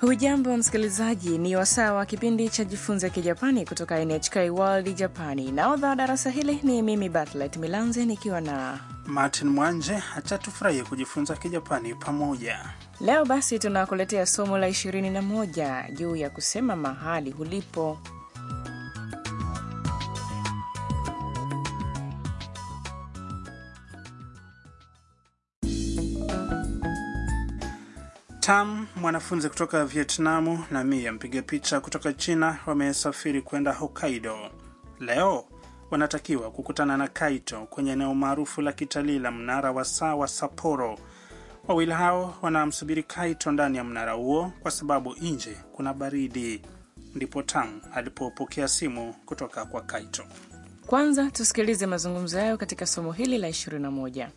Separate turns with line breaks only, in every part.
hujambo msikilizaji ni wasaa wa kipindi cha jifunze kijapani kutoka nhk world japani naodha wa darasa hili ni mimi batlet milanze nikiwa na
Martin Mwanje, acha tufurahie kujifunza Kijapani pamoja.
leo basi tunakuletea somo la 21 juu ya kusema mahali ulipo
Tam, mwanafunzi kutoka Vietnamu, na Mia, mpiga picha kutoka China, wamesafiri kwenda Hokkaido. Leo wanatakiwa kukutana na Kaito kwenye eneo maarufu la kitalii la mnara wa saa wa Sapporo. Wawili hao wanamsubiri Kaito ndani ya mnara huo kwa sababu nje kuna baridi. Ndipo Tam alipopokea simu kutoka kwa Kaito.
kwanza tusikilize mazungumzo yayo katika somo hili la 21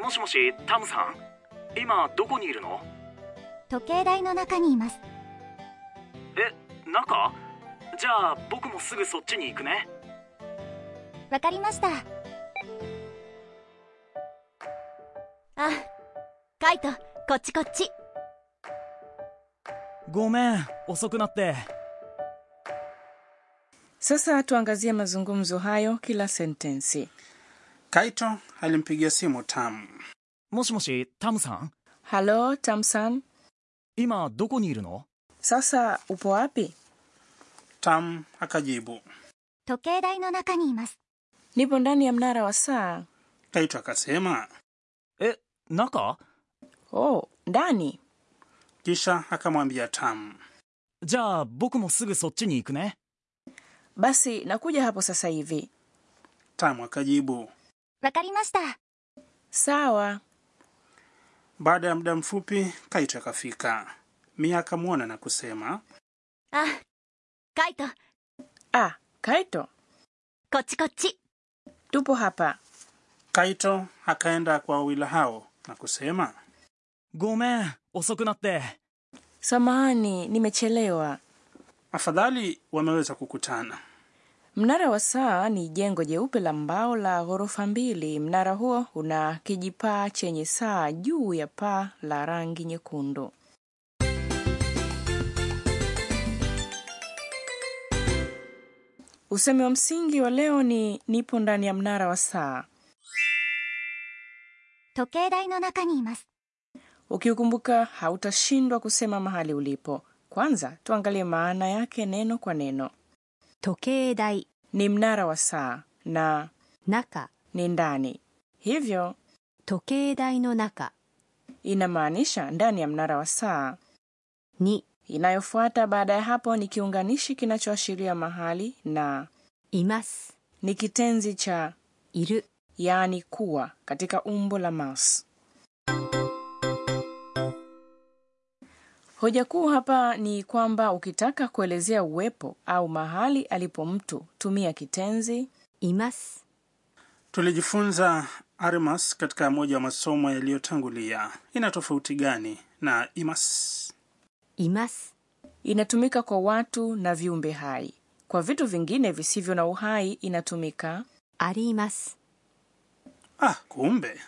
もしもしタムさん今どこにいるの
時計台の中にいます
え中じゃあ僕もすぐそっちに行くね
わかりましたあカイトこっちこっち
ごめん遅くなって。
sasa tuangazie mazungumzo hayo kila sentensi
Kaito alimpigia simu Tam.
もしもし、タムさん
halo tamsan
今どこにいるの
sasa upo wapi
Tam akajibu.
時計台の中にいます
nipo ndani ya mnara wa saa
Kaito akasema,
え、中
oh ndani
kisha akamwambia Tam.
じゃあ僕もすぐそっちに行くね。
basi nakuja hapo sasa hivi
Tam akajibu.
わかりました
sawa
Baada ya muda mfupi Kaito akafika. Mia akamwona na kusema
あカイト
ah kaito
こっちこっち
tupo hapa
Kaito akaenda kwa wawili hao na kusema
ごめん遅くなって。
samahani nimechelewa
afadhali wameweza kukutana.
mnara wa saa ni jengo jeupe la mbao la ghorofa mbili mnara huo una kijipaa chenye saa juu ya paa la rangi nyekundu usemi wa msingi wa leo ni nipo ndani ya mnara wa saa
時計台の中にいます
ukiukumbuka hautashindwa kusema mahali ulipo kwanza tuangalie maana yake neno kwa neno
時計台
ni mnara wa saa na
中
ni ndani hivyo
時計台の中
inamaanisha ndani ya mnara wa saa
に
inayofuata baada ya hapo ni kiunganishi kinachoashiria mahali na
います。
ni kitenzi cha
いる
yaani kuwa katika umbo la mas hoja kuu hapa ni kwamba ukitaka kuelezea uwepo au mahali alipo mtu tumia kitenzi
います。
Tulijifunza Arimas katika moja ya masomo yaliyotangulia. Ina tofauti gani na Imas?
います。
inatumika kwa watu na viumbe hai kwa vitu vingine visivyo na uhai inatumika
あります。
Ah, kumbe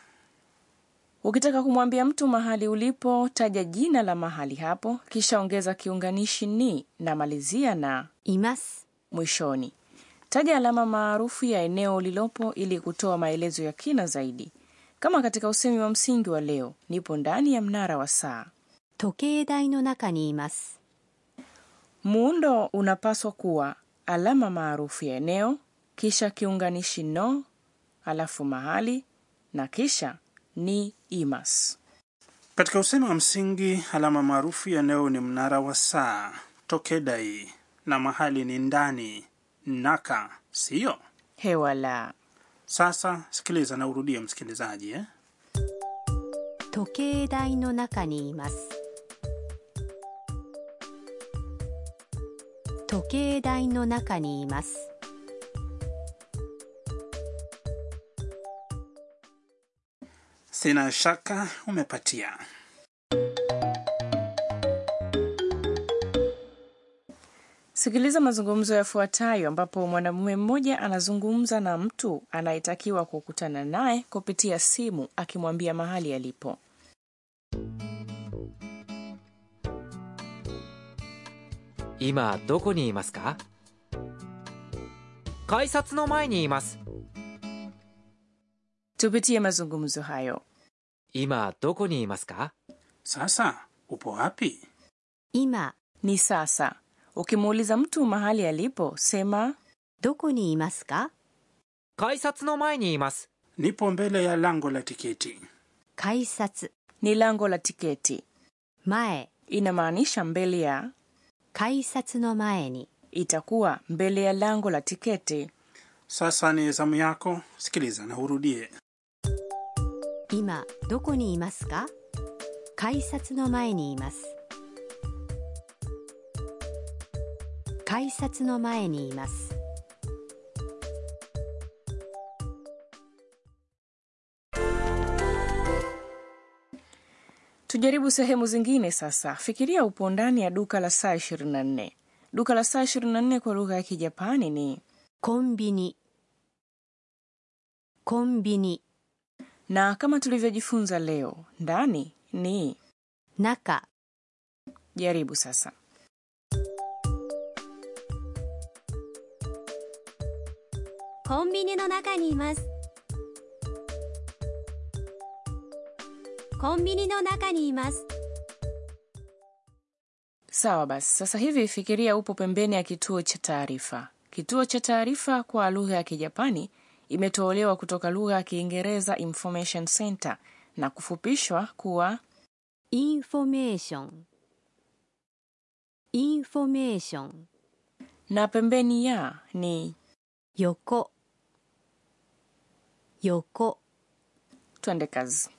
ukitaka kumwambia mtu mahali ulipo taja jina la mahali hapo kisha ongeza kiunganishi ni na malizia na
います。
mwishoni. Taja alama maarufu ya eneo ulilopo ili kutoa maelezo ya kina zaidi, kama katika usemi wa msingi wa leo, nipo ndani ya mnara wa saa.
時計台の中にいます。
Muundo unapaswa kuwa alama maarufu ya eneo, kisha kiunganishi no, alafu mahali na kisha ni imas.
katika usemi wa msingi alama maarufu ya eneo ni mnara wa saa Tokedai na mahali ni ndani Naka, siyo?
Hewa la
Sasa sikiliza na urudie, msikilizaji eh?
時計台の中にいます。時計台の中にいます。
Sina shaka umepatia.
sikiliza mazungumzo yafuatayo ambapo mwanamume mmoja anazungumza na mtu anayetakiwa kukutana naye kupitia simu akimwambia mahali alipo
「今どこにいますか?」「改札の前にいます」
tupitie mazungumzo hayo
「今どこにいますか?」
Sasa upo wapi?
今
ni sasa ukimuuliza mtu mahali alipo sema
どこにいますか
「改札の前にいます」
Nipo mbele ya lango la tiketi.
改札
ni lango la tiketi
前
inamaanisha mbele ya
改札の前に
itakuwa mbele ya lango la tiketi
Sasa ni zamu yako, sikiliza na urudie.
今どこにいますか改札の前にいます改札の前にいます
tujaribu sehemu zingine sasa fikiria upo ndani ya duka la saa 24 duka la saa 24 kwa lugha ya kijapani ni
コンビニコンビニ
na kama tulivyojifunza leo ndani ni
中
jaribu sasa
コンビニの中にいますコンビニの中にいます
sawa basi sasa hivi fikiria upo pembeni ya kituo cha taarifa kituo cha taarifa kwa lugha ya kijapani imetolewa kutoka lugha ya kiingereza information center na kufupishwa kuwa
インフォメーションインフォメーション
na pembeni ya ni
横横
twende kazi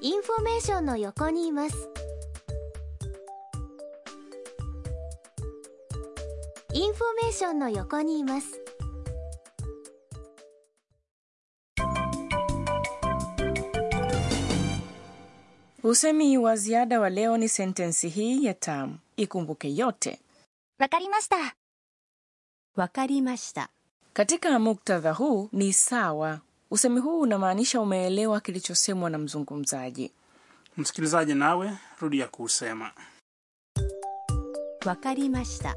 インフォメーションの横にいますインフォメーションの横にいます
usemi wa ziada wa leo ni sentensi hii ya tam ikumbuke yote
わかりました
わかりました
katika muktadha huu ni sawa usemi huu unamaanisha umeelewa kilichosemwa na mzungumzaji
Msikilizaji, nawe rudia kuusema.
わかりました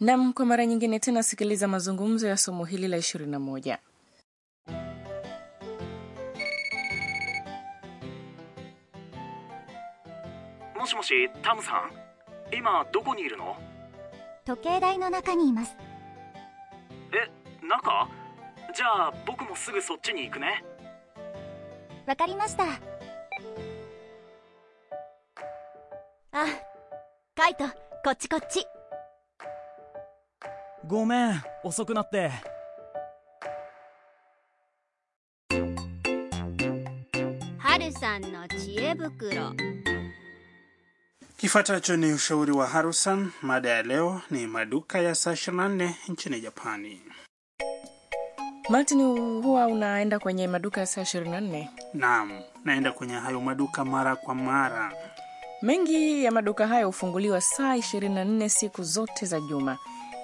nam kwa mara nyingine tena sikiliza mazungumzo ya somo hili la 21
もしもしタムさん今どこにいるの
時計台の中にいます
え中じゃあ僕もすぐそっちに行くね
わかりましたあカイトこっちこっち
ごめん遅くなって
春さんの知恵袋
Kifuatacho ni ushauri wa Harusan. Mada ya leo ni maduka ya saa 24 nchini Japani.
martin huwa unaenda kwenye maduka ya saa 24
Naam, naenda kwenye hayo maduka mara kwa mara.
mengi ya maduka hayo hufunguliwa saa 24 siku zote za juma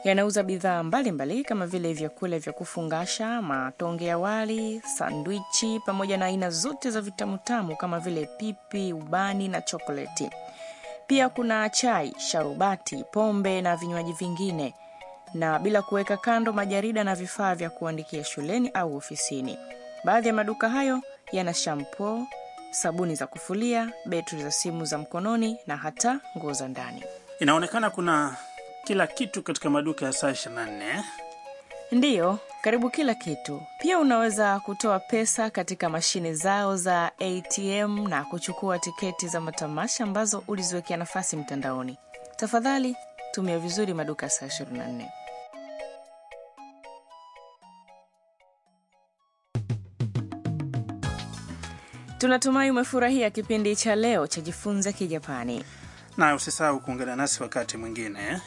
yanauza bidhaa mbalimbali kama vile vyakula vya kufungasha matonge ya wali sandwichi pamoja na aina zote za vitamutamu kama vile pipi ubani na chokoleti pia kuna chai sharubati pombe na vinywaji vingine na bila kuweka kando majarida na vifaa vya kuandikia shuleni au ofisini baadhi ya maduka hayo yana shampo sabuni za kufulia betri za simu za mkononi na hata nguo za ndani
Inaonekana kuna kila kitu katika maduka ya saa 24.
ndiyo karibu kila kitu pia unaweza kutoa pesa katika mashine zao za atm na kuchukua tiketi za matamasha ambazo uliziwekea nafasi mtandaoni tafadhali tumia vizuri maduka ya saa 24 tunatumai umefurahia kipindi cha leo cha jifunza kijapani
Na usisahau kuungana nasi wakati mwingine.